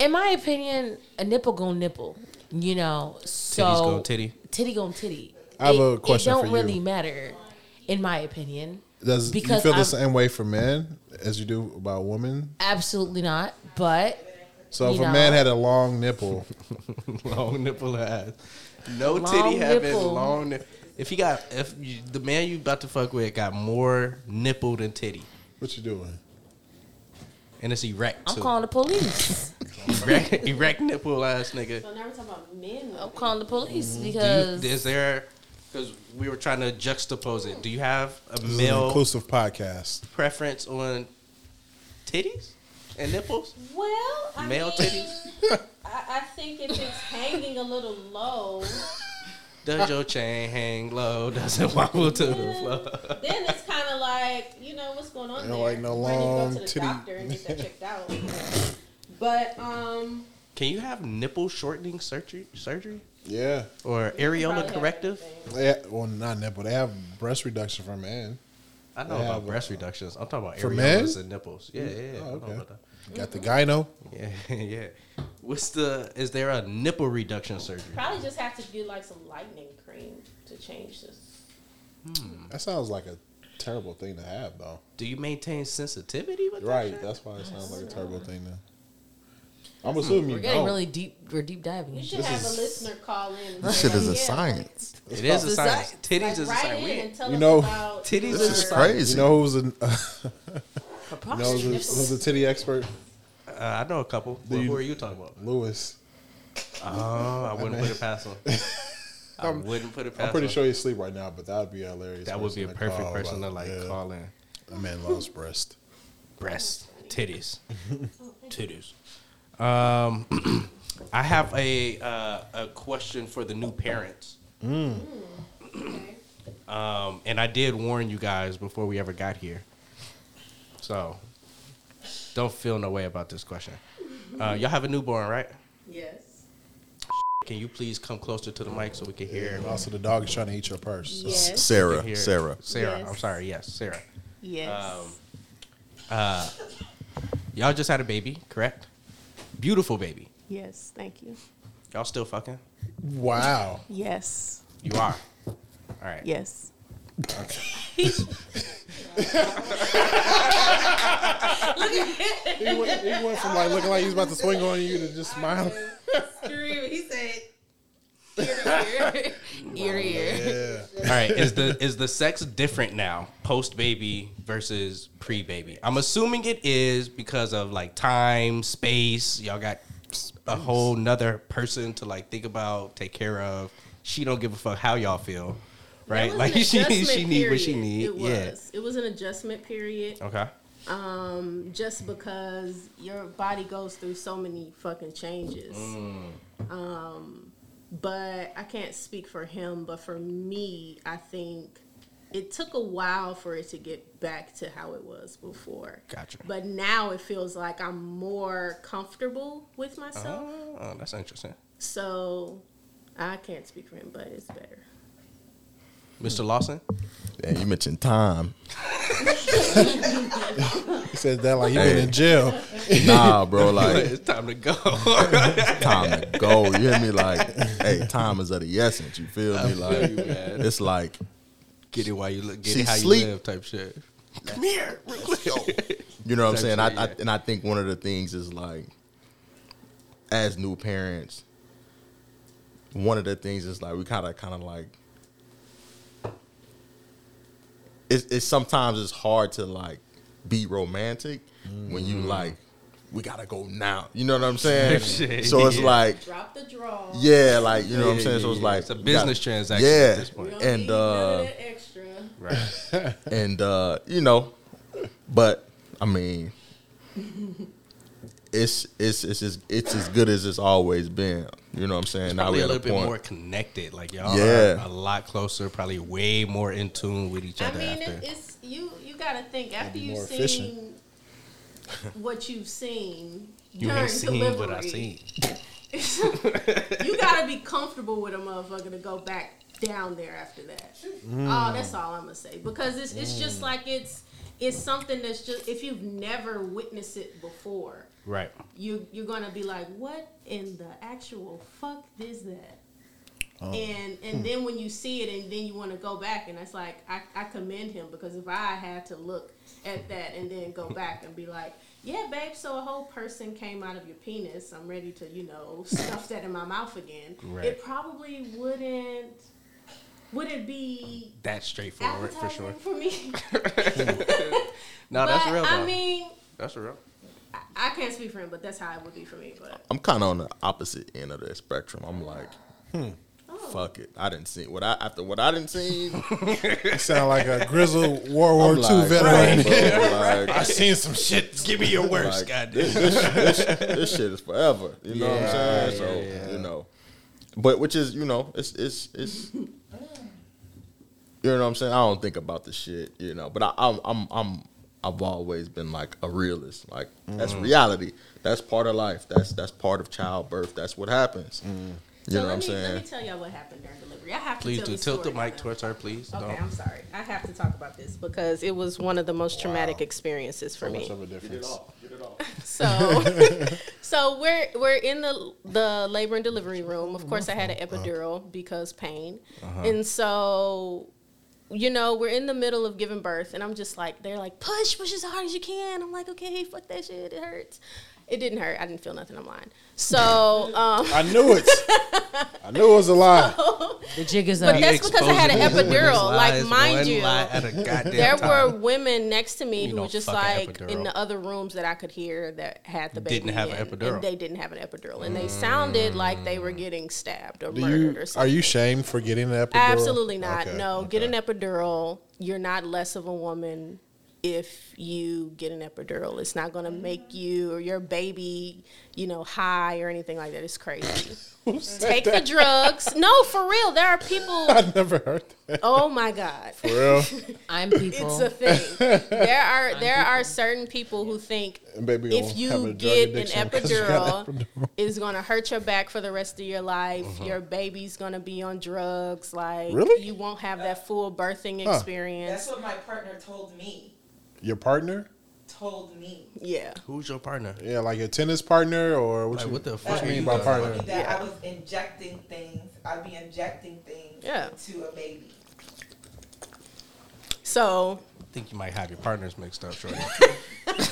S7: in my opinion, a nipple gon' nipple. You know, so
S1: Titty's gon' titty.
S7: titty gon' titty.
S2: I have a
S7: It-
S2: question
S7: It don't
S2: for you.
S7: really matter, in my opinion.
S2: Does
S7: Because
S2: you feel
S7: I'm-
S2: the same way for men as you do about women?
S7: Absolutely not. But
S2: So if
S7: You
S2: a man
S7: know.
S2: had a long nipple,
S1: long nipple ass. No
S7: Long
S1: titty having
S7: nipple.
S1: long. Ni- if he got, if you, the man you about to fuck with got more nipple than titty,
S2: what you doing?
S1: and it's erect
S7: I'm
S1: too.
S7: calling the police.
S1: erect, erect nipple ass nigga.
S9: So now we're talking about men.
S7: I'm calling the police
S1: Mm-hmm. Do you,
S7: because
S1: is there? Because we were trying to juxtapose it. Do you have a
S2: This is an
S1: male
S2: inclusive podcast.
S1: preference on titties and nipples?
S9: Well, I
S1: Male
S9: mean,
S1: titties?
S9: I, I think if it's hanging a little low,
S1: Does your chain hang low? Does it wobble to the floor?
S9: Then it's kind of like, you know, what's going on
S2: They
S9: there?
S2: don't like no
S9: Why didn't
S2: long
S9: you go to the
S2: titty.
S9: doctor and get that checked out. But um,
S1: Can you have nipple shortening surgery, surgery
S2: Yeah.
S1: or
S9: probably
S1: areola
S9: have
S1: corrective?
S9: everything.
S2: Yeah, well, not nipple. They have breast reduction for men.
S1: I know
S2: They
S1: about
S2: have,
S1: breast reductions. I'm talking about
S2: For
S1: areolas
S2: men?
S1: and nipples. Yeah, yeah, yeah.
S2: Oh,
S1: I know
S2: okay.
S1: about that.
S2: Got the gyno.
S1: Mm-hmm. Yeah, yeah. What's the? Is there a nipple reduction surgery?
S9: Probably just have to do like some lightning cream to change this.
S2: That sounds like a terrible thing to have, though.
S1: Do you maintain sensitivity with that
S2: Right.
S1: shit?
S2: That's Hmm. why it sounds like a terrible thing to. I'm assuming you
S7: We're getting
S2: don't.
S7: really deep. We're deep diving.
S9: You should have
S2: is-
S9: a listener call in. and
S6: This
S9: say,
S6: shit is a
S9: yeah,
S6: science.
S1: It is a
S7: It's
S1: science.
S7: like-
S1: Titties
S9: Like,
S1: is a
S9: like, write
S1: science.
S9: in and tell
S2: You
S9: us
S2: know,
S9: about
S1: Titties
S9: your-
S1: is
S6: It's
S1: Sorry.
S6: crazy.
S2: You know who's a you know
S7: Preposterous.
S2: who's a, who's a titty expert?
S1: Uh, I know a couple. Who,
S2: you-
S1: who are you talking about?
S2: Lewis.
S1: Oh, I wouldn't put it past him. I wouldn't put it past
S2: I'm pretty
S1: him.
S2: sure he's asleep right now, but that would be a hilarious.
S1: that would be a
S2: person to
S1: perfect
S2: call
S1: person to
S2: about-
S1: like
S2: yeah.
S1: call in.
S2: A man loves breast.
S1: breasts, titties, titties. Um, I have a uh, a question for the new parents.
S9: Mm.
S1: Um, and I did warn you guys before we ever got here, so don't feel no way about this question. Uh, y'all have a newborn, right?
S9: Yes.
S1: Can you please come closer to the mic so we can hear?
S2: And also, the dog is trying to eat your purse.
S9: Yes.
S6: Sarah,
S1: hear-
S6: Sarah.
S1: Sarah.
S9: Yes.
S1: I'm sorry. Yes, Sarah.
S9: Yes.
S1: Y'all just had a baby, correct? Beautiful baby.
S9: yes. Thank you.
S1: Y'all still fucking?
S2: Wow.
S9: Yes.
S1: You are. All right.
S9: Yes.
S2: He went, he went from like looking like he was about to swing on you to just smiling.
S9: Scream. He said. Ear to ear. ear to ear.
S2: Yeah.
S1: All right, is the is the sex different now, post baby versus pre baby? I'm assuming it is because of like time, space. Y'all got a whole nother person to like think about, take care of. She don't give a fuck how y'all feel, right? Like she she need what she need.
S9: It was.
S1: Yeah.
S9: It was an adjustment period.
S1: Okay.
S9: um, just because your body goes through so many fucking changes. Um,
S6: Mm.
S9: but I can't speak for him, but for me, I think it took a while for it to get back to how it was before.
S1: Gotcha.
S9: But now it feels like I'm more comfortable with myself.
S6: Uh-huh.
S1: Oh, that's interesting.
S9: So I can't speak for him, but it's better.
S1: Mr. Lawson?
S6: Damn, you mentioned time.
S2: He said that like he
S6: Hey.
S2: been in jail.
S6: Nah, bro, like
S1: it's time to go.
S6: time to go. You hear me? Like, hey, time is of the essence. You feel me? Like, it's like
S1: get it while you look get
S6: She
S1: it how
S6: sleep.
S1: you live type shit.
S6: You know what I'm saying? I,
S1: Type shit,
S6: I
S1: yeah.
S6: and I think one of the things is like, as new parents, one of the things is like we kind of kind of like, it's, it's sometimes it's hard to like be romantic when you
S1: Mm.
S6: like we gotta go now. You know what I'm saying?
S1: Shit,
S6: so it's
S1: yeah.
S6: like.
S9: Drop the draw.
S6: Yeah, like you know what I'm
S1: Yeah,
S6: saying.
S1: yeah,
S6: so it's
S1: yeah.
S6: like
S1: It's a
S6: we
S1: business transaction at
S6: Yeah,
S1: this point.
S9: We don't
S6: and
S9: need none
S6: uh,
S9: of that extra.
S1: Right.
S6: and uh, you know, but I mean, it's it's it's as it's as good as it's always been. You know what I'm saying?
S1: It's
S6: now
S1: probably
S6: we
S1: a
S6: at
S1: little
S6: a
S1: bit
S6: point.
S1: more connected. Like y'all
S6: Yeah.
S1: are a lot closer, probably way more in tune with each
S9: I
S1: other
S9: mean,
S1: after.
S9: it, it's you. You gotta think after
S2: be
S9: you've
S2: more
S9: seen
S2: efficient.
S9: what you've seen
S1: you
S9: during
S1: ain't seen
S9: delivery.
S1: what I seen.
S9: you gotta be comfortable with a motherfucker to go back down there after that.
S1: Mm.
S9: Oh, that's all I'm gonna say because it's it's just like it's it's something that's just if you've never witnessed it before,
S1: Right.
S9: you you're gonna be like, what in the actual fuck is that?
S1: Oh.
S9: And
S1: Hmm.
S9: and then when you see it, and then you want to go back, and it's like I, I commend him because if I had to look at that and then go back and be like, yeah, babe, so a whole person came out of your penis. I'm ready to you know stuff that in my mouth again.
S1: Right.
S9: It probably wouldn't would it be
S1: That's straightforward
S9: appetizing
S1: for sure.
S9: me?
S1: No, that's
S9: But,
S1: real.
S9: I
S1: though.
S9: mean,
S1: that's real.
S9: I, I can't speak for him, but that's how it would be for me. But
S6: I'm kind of on the opposite end of the spectrum. I'm like,
S9: oh.
S6: fuck it. I didn't see what I after what I didn't see.
S2: He sounded like a grizzled World War
S6: I'm
S2: II
S6: like,
S2: veteran.
S6: bro,
S2: I
S6: like,
S2: seen some shit.
S1: Give me your worst,
S6: Like,
S1: goddamn.
S6: this shit is forever. You know what I'm
S1: Yeah,
S6: saying?
S1: yeah,
S6: so
S1: yeah.
S6: you know, But which is, you know, it's it's it's you know what I'm saying? I don't think about the shit, you know. But I I'm I'm, I'm I've always been like a realist. Like that's
S1: Mm.
S6: reality. That's part of life. That's that's part of childbirth. That's what happens.
S1: Mm.
S6: You
S9: so
S6: know what
S9: let
S6: I'm
S9: me let me
S6: saying?
S9: tell y'all what happened during delivery. I have
S1: Please
S9: to tell
S1: do
S9: this
S1: tilt the
S9: story.
S1: mic towards her, please.
S9: Okay,
S1: Don't.
S9: I'm sorry. I have to talk about this because it was one of the most traumatic experiences for me.
S2: Much of a difference.
S9: So, so we're we're in the the labor and delivery room. Of course, I had an epidural because pain, and so. You know, we're in the middle of giving birth, and I'm just like, they're like, push, push as hard as you can. I'm like, okay, fuck that shit, it hurts. It didn't hurt. I didn't feel nothing. I'm lying. So, um,
S2: I knew it. I knew it was a lie.
S7: The jig is
S9: but
S7: up.
S9: that's because I had an
S1: Exposing
S9: epidural. Like,
S1: lies
S9: mind
S1: one
S9: you,
S1: lie at a goddamn
S9: there
S1: time.
S9: were women next to me
S1: You
S9: who
S1: know,
S9: were just
S1: fuck an
S9: like
S1: epidural.
S9: in the other rooms that I could hear that had the baby
S1: Didn't have an
S9: in, and
S1: epidural.
S9: they didn't have an epidural, and they sounded
S1: Mm.
S9: like they were getting stabbed or
S2: Do
S9: murdered
S2: you
S9: or
S2: are
S9: something.
S2: you shamed for getting an epidural?
S9: Absolutely not.
S2: Okay,
S9: no,
S2: okay.
S9: get an epidural. You're not less of a woman if you get an epidural. It's not going to make you or your baby, you know, high or anything like that. It's crazy. Take the drugs. No, for real. There are people.
S2: I never heard that.
S9: Oh my god.
S2: For real,
S7: I'm people.
S9: It's a thing. There are there are certain people who think
S2: and baby, gonna
S9: if
S2: have a
S9: you
S2: drug
S9: get an
S2: addiction 'cause you got an
S9: epidural, it's gonna hurt your back for the rest of your life. Your baby's gonna be on drugs. Like
S2: Uh-huh. Really?
S9: you won't have that full birthing
S2: Huh.
S8: That's
S9: experience.
S8: what my partner told me.
S2: Your partner?
S8: Told me.
S9: Yeah.
S1: Who's your partner?
S2: Yeah, like your tennis partner or what?
S1: Like,
S2: you,
S1: what the
S2: What
S1: fuck
S2: you
S1: are
S2: mean
S1: you
S2: by
S1: talking
S2: partner?
S8: That I was injecting things. I'd be injecting things
S9: Yeah.
S8: to a baby.
S9: So
S1: I think you might have your partners mixed up, shorty.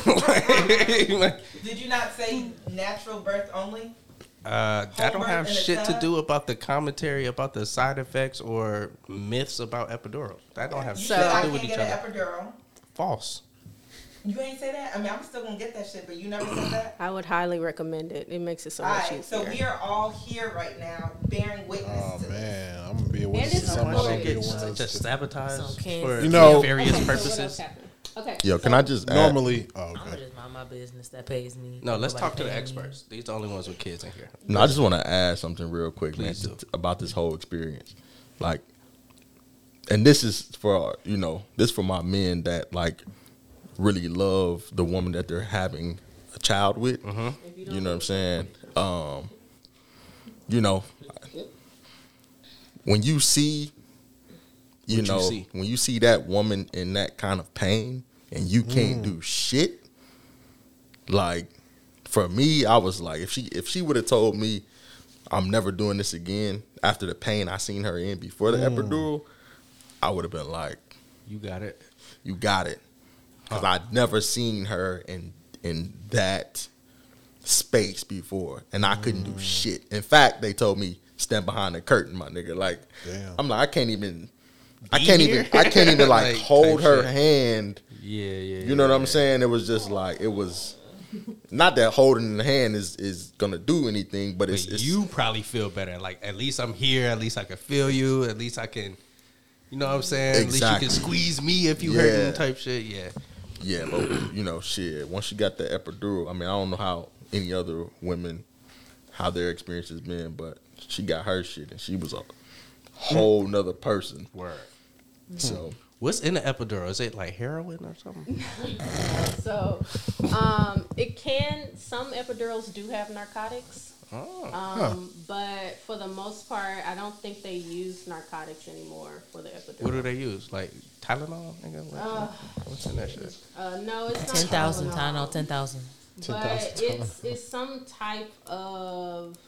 S1: Like, like,
S8: Did you not say natural birth only?
S1: uh, I don't
S8: Homework
S1: have
S8: and a
S1: shit to
S8: job?
S1: do about the commentary about the side effects or myths about epidural. That don't have
S8: You
S1: shit
S8: said
S1: to
S8: I
S1: do with
S8: can't
S1: each
S8: get
S1: other.
S8: an epidural.
S1: False.
S8: You ain't say that. I mean, I'm still gonna get that shit, but you never said that.
S9: I would highly recommend it. It makes it so
S8: All
S9: much
S8: right, so
S9: easier.
S8: we are all here right now, bearing witness
S2: Oh
S8: to this.
S2: man, I'm gonna be a witness to
S9: it's
S2: something.
S1: Why
S2: I
S1: she
S2: don't be a
S1: get
S2: witness
S1: just
S2: to.
S1: sabotaged
S7: So can't-
S1: for
S2: You know-
S1: various purposes?
S9: Okay.
S6: Yo, can I just add,
S2: Normally, oh,
S7: I'm gonna
S2: okay.
S7: just mind my business that pays me.
S1: No, let's
S7: Nobody
S1: talk to the
S7: paying me.
S1: experts. These the only ones with kids in here.
S6: No, I just want to add something real quick, man,
S1: Please do.
S6: t- about this whole experience. Like, and this is for you know, this for my men that like really love the woman that they're having a child with.
S1: Mm-hmm.
S6: You, know what I'm saying? Um, you know, when you see, you
S1: What you
S6: know,
S1: see.
S6: when you see that woman in that kind of pain and you can't do shit, like for me, I was like, if she if she would have told me I'm never doing this again after the pain I seen her in before the epidural, I would have been like,
S1: You got it.
S6: you got it, because I'd never seen her in in that space before, and I couldn't do shit. In fact, they told me stand behind the curtain, my nigga. Like,
S2: Damn.
S6: I'm like, I can't even. I can't even. I can't even like,
S1: Like,
S6: hold
S1: type
S6: her
S1: shit.
S6: hand.
S1: Yeah, yeah.
S6: You know what I'm saying? It was just like it was. Not that holding the hand is is gonna do anything, but it's,
S1: But
S6: it's
S1: you probably feel better. Like at least I'm here. At least I can feel you. At least I can, you know what I'm saying. At least you
S6: Exactly.
S1: can squeeze me if you
S6: Yeah.
S1: hurting type shit. Yeah.
S6: Yeah, but you know, shit. Once you got the epidural, I mean, I don't know how any other women how their experience has been, but she got her shit and she was a whole nother person.
S1: Word.
S9: Hmm.
S6: So
S1: What's in the epidural? Is it like heroin or something?
S9: So, um, it can. Some epidurals do have narcotics. Um, But for the most part, I don't think they use narcotics anymore for the epidural.
S1: What do they use? Like Tylenol, nigga. What- what's in that shit?
S9: uh, no, it's not
S7: Ten thousand,
S9: Tylenol,
S7: Tylenol, ten thousand.
S9: But it's it's some type of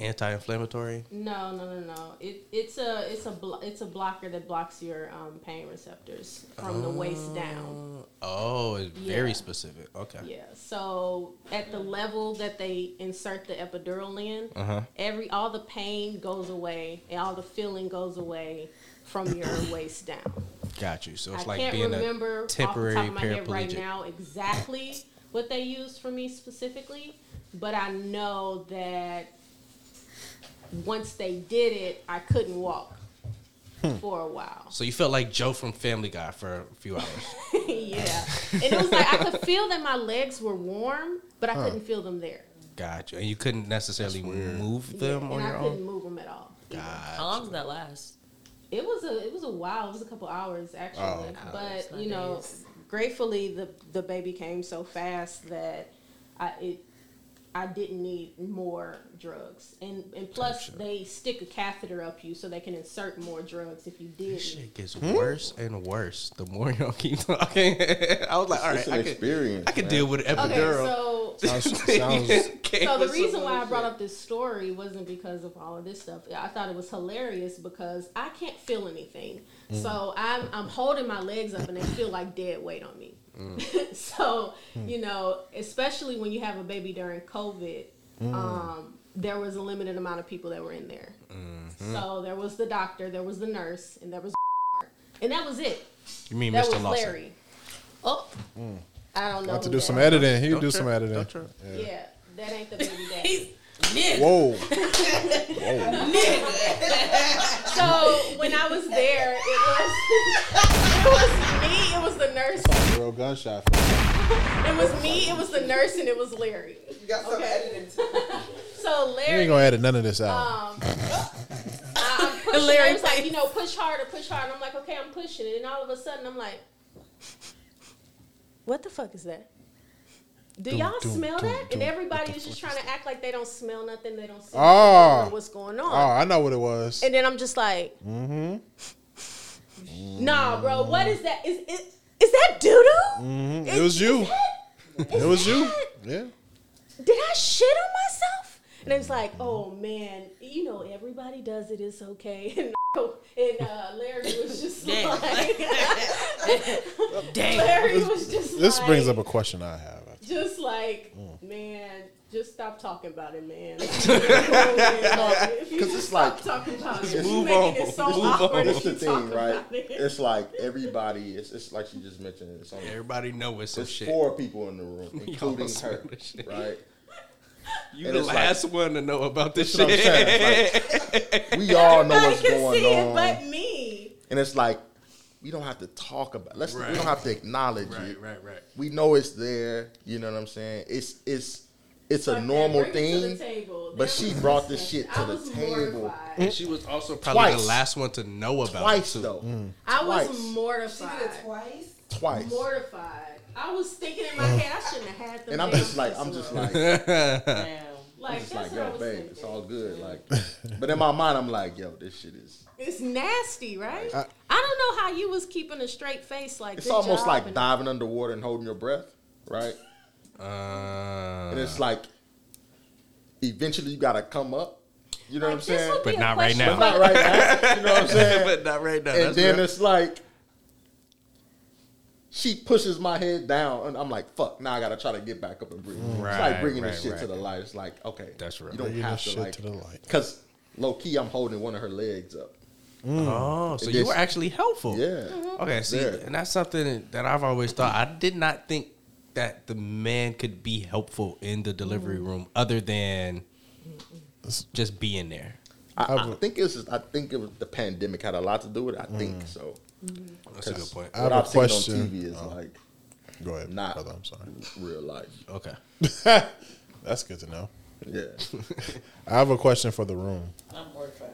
S1: Anti-inflammatory.
S9: no no no no. It it's a it's a blo- it's a blocker that blocks your um, pain receptors from the waist down.
S1: Oh, it's very
S9: Yeah.
S1: specific. Okay.
S9: Yeah. So at the level that they insert the epidural in,
S1: Uh-huh.
S9: every all the pain goes away and all the feeling goes away from your waist down.
S1: Got you. So it's
S9: I
S1: like
S9: can't
S1: being
S9: remember
S1: a temporary
S9: off the top of my head right
S1: paraplegic.
S9: now exactly what they used for me specifically, but I know that once they did it, I couldn't walk
S1: Hmm.
S9: for a while.
S1: So you felt like Joe from Family Guy for a few hours.
S9: yeah. And it was like I could feel that my legs were warm, but I couldn't feel them there.
S1: Got you. And you couldn't necessarily move
S9: Yeah,
S1: them
S9: and
S1: on
S9: I
S1: your
S9: couldn't
S1: own.
S9: move them at all. either.
S7: How long does that last?
S9: It was a it was a while. It was a couple hours
S1: Oh,
S9: actually,
S7: Hours,
S9: but
S7: not
S9: you know,
S7: days.
S9: gratefully the the baby came so fast that I it I didn't need more drugs, and and plus they stick a catheter up you so they can insert more drugs if you did. need.
S1: Shit gets
S6: Hmm?
S1: worse and worse the more y'all keep talking. I was like, all right,
S6: It's an
S1: I could,
S6: experience.
S1: I could
S6: man.
S1: deal with epidural.
S9: Okay, so
S2: Sounds, sounds
S1: Okay,
S9: so the
S1: with
S9: reason
S1: some
S9: why I
S1: other
S9: brought up this story wasn't because of all of this stuff. I thought it was hilarious because I can't feel anything. So I'm I'm holding my legs up and they feel like dead weight on me. so you know, especially when you have a baby during COVID, um, there was a limited amount of people that were in there. So there was the doctor, there was the nurse, and there was and that was it.
S1: shit. You mean
S9: That
S1: Mr.
S9: was
S1: Lawson?
S9: Larry. Oh, I don't know.
S2: about to
S9: who
S2: do
S9: that-
S2: some editing. He do
S1: trip,
S2: some editing.
S1: don't trip.
S9: Yeah, that ain't the baby daddy.
S2: Whoa.
S9: So when I was there, it was it was me, it was the nurse,
S2: Real gunshot. For
S9: it was me, it was the nurse, and it was Larry.
S8: You got some editing too.
S9: So
S2: you ain't
S9: Larry,
S2: gonna edit none of this
S9: Um,
S2: out.
S9: I'm pushing.
S7: Larry
S9: Larry was like, you know, push harder, push harder. I'm like, okay, I'm pushing, and all of a sudden, I'm like, what the fuck is that? Do y'all smell that? and everybody is Ah. just trying to act like they don't smell nothing, they don't see
S2: Oh.
S9: what's going
S2: Oh,
S9: on.
S2: I know what it was. Mm-hmm.
S9: And then I'm just like, nah, bro, what is that? Is is, is that doo doo?
S2: Mm-hmm. It was you. It was you. Yeah.
S9: did I shit on myself? And it's like, oh man, you know, everybody does it, it's okay. And, and uh, Larry was just like, Larry was just
S2: This
S9: like,
S2: brings up a question I have.
S9: just like,
S6: Mm.
S9: man, just stop talking about it, man. Because
S6: Because it's like-
S9: talking about it,
S6: Just
S9: you
S6: move
S9: making
S1: on.
S9: it so
S1: Move
S9: awkward
S6: That's
S9: if
S6: the
S9: you talk
S6: thing, right?
S9: about it.
S6: It's like everybody. It's, it's like you just mentioned. It's, on,
S1: Everybody know it's some
S6: it's
S1: shit.
S6: four people in the room, including
S1: smell
S6: her,
S1: this shit.
S6: right?
S1: You
S6: and
S1: the
S6: it's like-
S1: last one to know about this
S6: That's what I'm
S1: shit.
S6: saying. Like, we all oh, know
S9: Nobody
S6: what's
S9: can
S6: going
S9: see it
S6: on,
S9: but me.
S6: and it's like we don't have to talk about. Let's
S1: Right.
S6: we don't have to acknowledge
S1: Right,
S6: it.
S1: right, right.
S6: We know it's there. You know what I'm saying? It's it's it's a
S9: Fuck that,
S6: normal
S9: bring it to the
S6: thing.
S9: table. That
S6: But she
S9: was
S6: brought this
S9: disgusting.
S6: shit to
S9: I
S6: the
S9: was
S6: table.
S9: mortified.
S1: And she was also probably the
S6: Twice.
S1: last one to know about
S6: Twice
S1: it. too.
S6: though,
S9: I
S6: Twice.
S9: was
S8: She
S9: mortified.
S8: did it twice.
S6: twice.
S9: Mortified. I was thinking in my head, I shouldn't have had them.
S6: and I'm
S9: damn
S6: just like, I'm
S9: kids
S6: just
S9: alone.
S6: like,
S1: Uh,
S9: like,
S6: just
S9: that's
S6: like,
S9: what I
S6: yo,
S9: was
S6: babe,
S9: thinking.
S6: it's all good. Like, but in my mind, I'm like, yo, this shit is.
S9: It's nasty, right? I,
S2: I-
S9: don't know how you was keeping a straight face like.
S6: It's
S9: good
S6: almost
S9: job
S6: like
S9: and-
S6: diving underwater and holding your breath, right?
S1: Uh,
S6: and it's like, eventually you gotta come up. You know what I'm
S9: Like, this
S6: saying?
S9: would be
S1: But
S9: a
S1: not right
S9: question
S1: now.
S6: But not right now. You know what I'm saying?
S1: but not right now.
S6: and
S1: That's
S6: then
S1: real.
S6: it's like, she pushes my head down, and I'm like, fuck. Now I gotta try to get back up and breathe. it's
S1: Right,
S6: like bringing
S1: right,
S6: this shit to
S1: right.
S6: the light. It's like, okay,
S1: That's right.
S6: You don't
S2: Bringing
S6: have
S2: this
S6: to
S2: shit
S6: like,
S2: to the light.
S6: because low key, I'm holding one of her legs up.
S1: oh, so
S6: and
S1: you
S6: this-
S1: were actually helpful.
S6: Yeah.
S2: Mm-hmm.
S1: Okay, see,
S6: There.
S1: and that's something that I've always thought. I did not think that the man could be helpful in the delivery
S9: Mm-hmm.
S1: room other than just being there.
S6: I, I
S2: I've-
S6: think it's just, I think it was the pandemic had a lot to do with it. I think so.
S1: That's a good point.
S2: I
S6: what
S2: have
S6: I've
S2: Mm. a
S6: seen
S2: question.
S6: on TV is like
S2: Go ahead,
S6: not
S2: brother. I'm sorry.
S6: real life.
S1: Okay.
S2: That's good to know.
S6: Yeah,
S2: I have a question for the room.
S7: I'm mortified.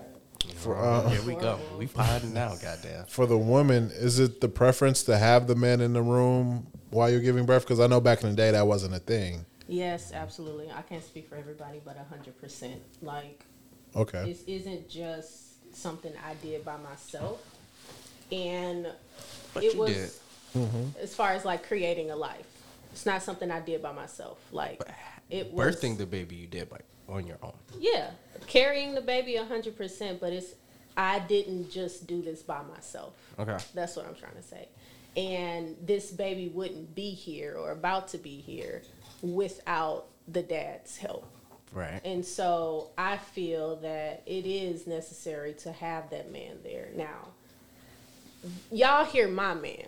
S2: For uh,
S1: Here we go. We podding now, goddamn.
S2: for the woman, is it the preference to have the man in the room while you're giving birth? Because I know back in the day that wasn't a thing.
S9: Yes, absolutely. I can't speak for everybody, but hundred percent. Like
S2: Okay.
S9: this isn't just something I did by myself, and
S1: But
S9: it
S1: you
S9: was
S1: did.
S9: as far as like creating a life. It's not something I did by myself. Like it was
S1: Birthing the baby you did like on your own.
S9: Yeah, carrying the baby hundred percent, but it's I didn't just do this by myself.
S1: Okay.
S9: That's what I'm trying to say. And this baby wouldn't be here or about to be here without the dad's help.
S1: Right.
S9: And so I feel that it is necessary to have that man there. Now, y'all hear my man.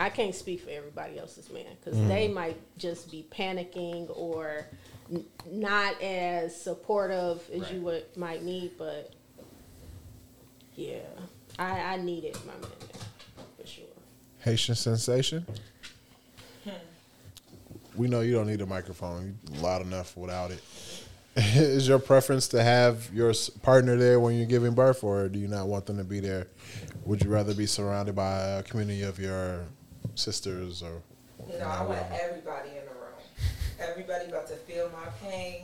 S9: I can't speak for everybody else's man because they might just be panicking or n- not as supportive as you would, might need. But yeah, I, I needed my man there for sure.
S2: Haitian sensation. we know you don't need a microphone. You're loud enough without it. Is your preference to have your s- partner there when you're giving birth, or do you not want them to be there? Would you rather be surrounded by a community of your sisters or?
S9: You know, I want everybody in the room. Everybody about to feel my pain.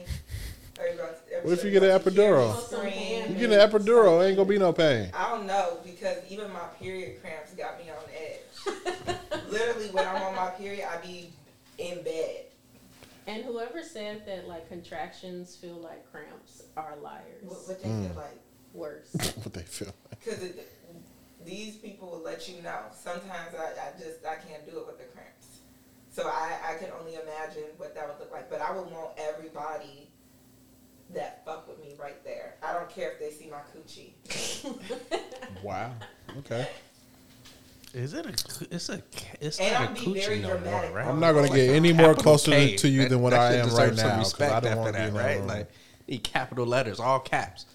S9: Everybody.
S2: What if you
S9: everybody
S2: get an
S9: about to hear me
S2: epidural?
S9: scream.
S2: You get an epidural, ain't gonna be no pain.
S9: I don't know because even my period cramps got me on edge. Literally, when I'm on my period, I be in bed.
S7: And whoever said that like contractions feel like cramps are liars.
S9: What, what they
S2: Hmm.
S9: feel like?
S7: Worse.
S2: What they feel.
S9: Because these people will let you know. Sometimes I, I just I can't do it with the cramps. So I I can only imagine what that would look like. But I would want everybody that fuck with me right there. I don't care if they see my coochie.
S2: Wow. Okay.
S1: Is it a? It's a. It's
S9: And
S1: not a
S9: I'm be very
S1: coochie no more,
S9: dramatic.
S1: right?
S2: I'm not gonna get any more closer to, to you than what I am right now because I don't want to be in that
S1: right?
S2: room.
S1: Like, need capital letters, all caps.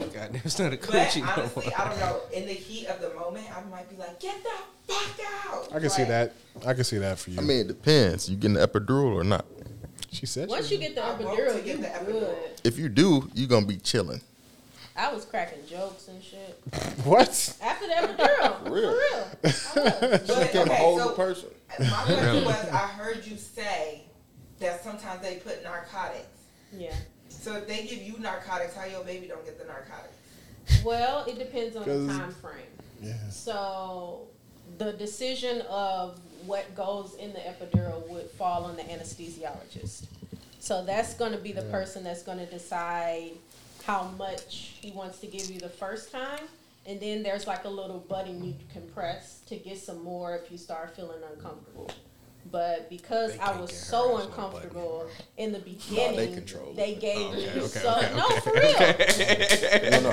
S1: God, it's not a
S9: But
S1: coochie no
S9: honestly, I
S1: more.
S9: don't know. In the heat of the moment, I might be like, "Get the fuck out!"
S2: I can see
S9: Like,
S2: that. I can see that for you.
S6: I mean, it depends. You getting an epidural or not?
S2: she said.
S7: Once
S2: she-
S7: you get the
S9: I want to
S7: epidural,
S9: get
S7: you
S9: the
S7: good.
S9: epidural.
S6: If you do, you gonna be chilling.
S7: I was cracking jokes and shit
S2: what?
S7: after the epidural. for
S6: real?
S7: real. I was.
S9: But,
S6: became an
S9: okay,
S6: older
S9: so
S6: person.
S9: My question was, I heard you say that sometimes they put narcotics.
S7: Yeah.
S9: So if they give you narcotics, how your baby don't get the narcotics?
S7: Well, it depends on the
S2: 'Cause-
S7: time frame.
S2: Yeah.
S7: So the decision of what goes in the epidural would fall on the anesthesiologist. So that's going to be the person that's going to decide how much he wants to give you the first time. And then there's like a little button you can press to get some more if you start feeling uncomfortable. But because
S1: They
S7: I
S1: can't
S7: was
S1: get her
S7: so
S1: ass no button.
S7: uncomfortable in the beginning,
S6: control
S7: they
S6: it.
S7: gave
S1: Okay,
S7: me
S1: okay,
S7: so
S1: okay,
S7: no
S1: okay,
S7: for real.
S6: No, no.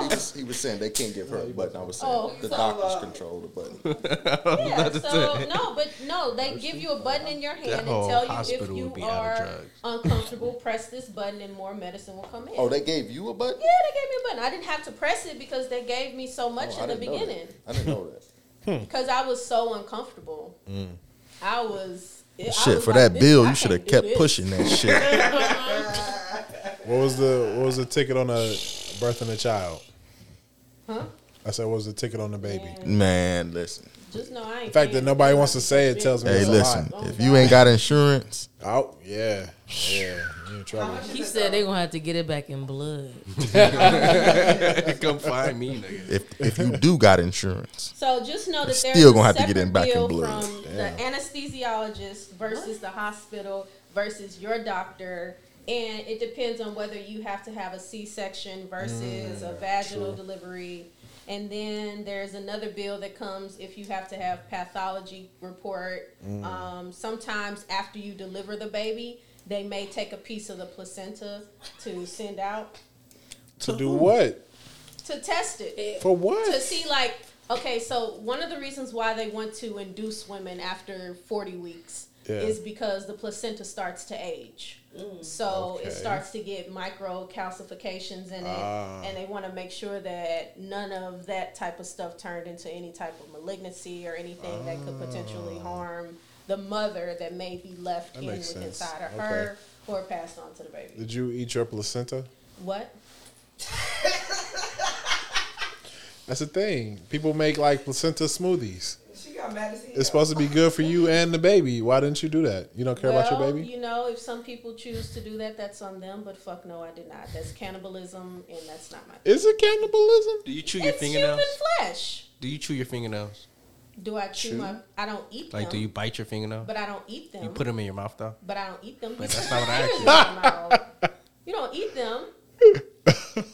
S6: He was, he was saying they can't give her a button. I was saying
S7: Oh,
S6: the
S7: so,
S6: doctors
S9: uh,
S6: control the button.
S7: Yeah, so no, but no, they give you a button in your hand and
S1: whole
S7: tell you if
S1: hospital would be
S7: you
S1: out of
S7: are
S1: drugs.
S7: uncomfortable, press this button and more medicine will come in.
S6: Oh, they gave you a button?
S7: yeah, they gave me a button. I didn't have to press it because they gave me so much
S6: Oh, I
S7: in the
S6: didn't know that.
S7: beginning
S6: I didn't know that.
S7: because I was so uncomfortable. I was I
S6: Mm. Shit,
S7: was
S6: for
S7: like,
S6: that
S7: this-
S6: bill,
S7: I
S6: you should have
S7: can't do
S6: kept
S7: this.
S6: pushing that shit.
S2: What was the What was the ticket on a birth and a child?
S7: Huh?
S2: I said, what was the ticket on the baby?
S6: Man, listen.
S7: Just know I ain't.
S2: The fact that nobody wants to say it tells me.
S6: Hey,
S2: it's
S6: listen.
S2: A lot.
S6: If you ain't got insurance,
S2: Oh yeah, yeah, you in trouble.
S10: He said they're gonna have to get it back in blood.
S1: Come find me, nigga.
S6: if if you do got insurance,
S7: So just know that there's
S6: Still
S7: a
S6: gonna have to get
S7: separate
S6: in back in
S7: bill
S6: blood.
S7: from the anesthesiologist versus the hospital versus your doctor, and it depends on whether you have to have a C-section
S2: Mm,
S7: versus a vaginal delivery. And then there's another bill that comes if you have to have pathology report.
S2: Mm.
S7: Um, sometimes after you deliver the baby, they may take a piece of the placenta to send out
S2: To do what?
S7: to test it
S2: For
S7: to
S2: what?
S7: see like okay so one of the reasons why they want to induce women after 40 weeks
S2: Yeah.
S7: is because the placenta starts to age so
S2: Okay.
S7: it starts to get micro calcifications in it
S2: Ah.
S7: and they want to make sure that none of that type of stuff turned into any type of malignancy or anything that could potentially harm the mother that may be left
S2: Ah. That
S7: in
S2: makes
S7: with
S2: sense.
S7: inside of
S2: Okay.
S7: her or passed on to the baby
S2: Did you eat your placenta?
S7: what
S2: That's the thing. People make like placenta smoothies.
S9: She got mad as hell.
S2: It's supposed to be good for you and the baby. Why didn't you do that? You don't care about your
S7: Well,
S2: baby?
S7: You know, if some people choose to do that, that's on them. But fuck no, I did not. That's cannibalism, and that's not my.
S2: Is it cannibalism?
S1: Do you chew your
S7: It's human
S1: fingernails?
S7: flesh.
S1: Do you chew your fingernails?
S7: Do I chew,
S2: Chew?
S7: my? I don't eat
S1: Like,
S7: them.
S1: do you bite your fingernail?
S7: But I don't eat them.
S1: You put them in your mouth though.
S7: but I don't eat them.
S1: But
S7: You
S1: that's
S7: put
S1: not what I
S7: fingers
S1: asked
S7: in my mouth. You don't eat them.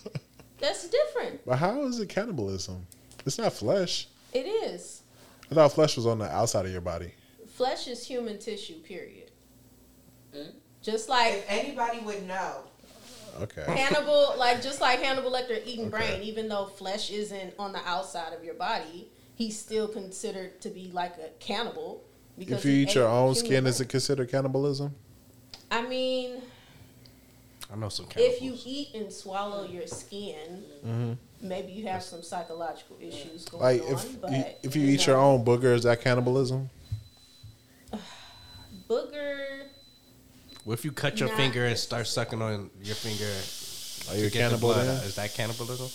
S7: that's different.
S2: But how is it cannibalism? It's not flesh.
S7: It is.
S2: I thought flesh was on the outside of your body.
S7: Flesh is human tissue. Period. Just like
S9: If anybody would know,
S2: Okay.
S7: Hannibal, like just like Hannibal Lecter eating brain, even though flesh isn't on the outside of your body, he's still considered to be like a cannibal.
S2: If
S7: because
S2: you
S7: he
S2: eat your
S7: ate
S2: own
S7: human
S2: skin, is
S7: brain.
S2: it considered cannibalism?
S7: I mean,
S1: I know some cannibals.
S7: if you eat and swallow your skin, maybe you have some psychological issues going
S2: Mm-hmm. Like
S7: on.
S2: if
S7: but
S2: you, if you eat your
S7: know,
S2: own booger, is that cannibalism?
S7: booger,
S1: What if you cut your
S9: Nah.
S1: finger and start sucking on your finger?
S2: Are
S1: to
S2: you a
S1: get the
S2: cannibal
S1: blood
S2: then?
S1: out? Is that cannibalism?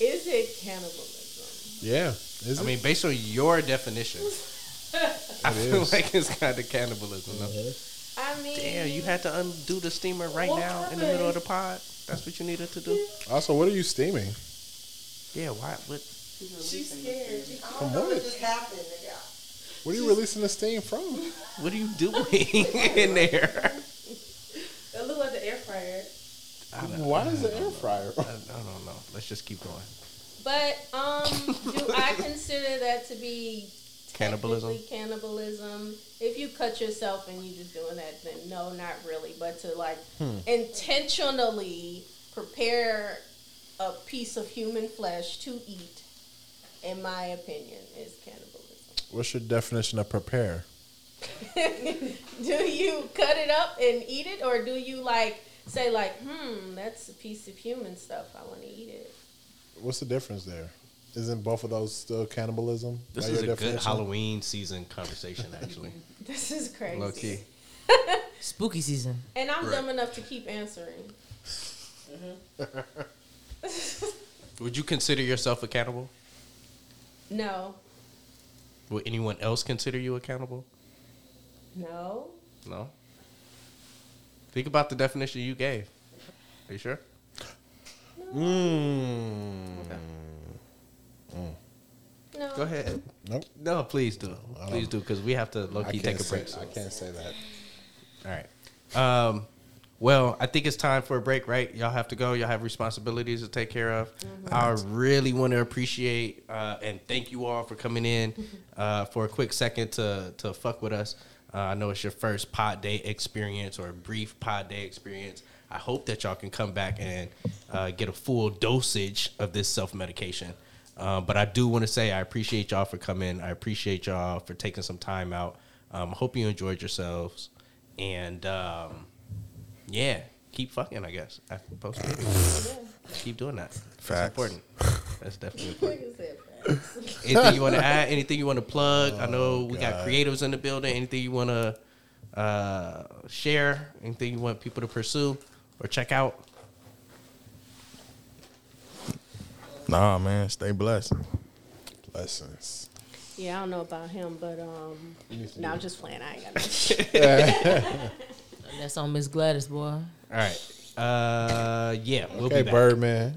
S9: Is it cannibalism?
S2: Yeah. Is
S1: I
S2: it?
S1: mean, based on your definition, I feel like it's kind of cannibalism. though.
S2: Uh-huh.
S9: I mean,
S1: Damn, you had to undo the steamer right
S9: What
S1: now in the middle of the pod. That's what you needed to do.
S2: also, what are you steaming?
S1: Yeah, why? What?
S9: she's scared. She-
S8: I don't know what just happened. nigga.
S2: What are you releasing the steam from?
S1: What are you doing in there?
S9: It looked like the air fryer.
S2: Why is the air fryer?
S1: I, I don't know. Let's just keep going.
S9: But um, do I consider that to be
S1: Cannibalism?
S9: technically Cannibalism. If you cut yourself and you're just doing that, then no, not really. But to like intentionally prepare a piece of human flesh to eat, in my opinion, is cannibalism.
S2: What's your definition of prepare?
S9: do you cut it up and eat it, or do you like say like, hmm, that's a piece of human stuff. I want to eat it.
S2: What's the difference there? Isn't both of those still cannibalism?
S1: This
S2: By
S1: is
S2: your
S1: a good
S2: definition?
S1: Halloween season conversation, actually.
S9: This is crazy.
S1: Low key.
S7: Spooky season.
S9: And I'm dumb enough to keep answering.
S1: Would you consider yourself a cannibal?
S9: No,
S1: Would anyone else consider you a cannibal?
S9: no.
S1: No. Think about the definition you gave. Are you sure?
S9: No.
S1: Go ahead.
S2: Nope.
S1: No, please do. Please do, because we have to low
S2: I
S1: key
S2: can't,
S1: take a
S2: say,
S1: break.
S2: I can't say that.
S1: All right. Um, well, I think it's time for a break, right? Y'all have to go. Y'all have responsibilities to take care of. I really want to appreciate uh, and thank you all for coming in uh, for a quick second to to fuck with us. Uh, I know it's your first pod day experience or a brief pod day experience. I hope that y'all can come back and uh, get a full dosage of this self medication. Uh, but I do want to say I appreciate y'all for coming. I appreciate y'all for taking some time out. Um, hope you enjoyed yourselves. And um, yeah, keep fucking, I guess. I post it. Keep doing that. That's
S6: Facts.
S1: important. That's definitely important.
S9: Like I said, facts.
S1: Anything you want to add? Anything you want to plug? I know we got creatives in the building. Anything you want to uh, share? Anything you want people to pursue or check out?
S6: Nah, man, stay blessed.
S2: Lessons.
S9: yeah, I don't know about him, but um, no, I'm just playing. I ain't got nothing.
S7: That's on Miss Gladys, boy.
S1: All right. Uh, yeah, we'll be
S2: Okay,
S1: back.
S2: Birdman.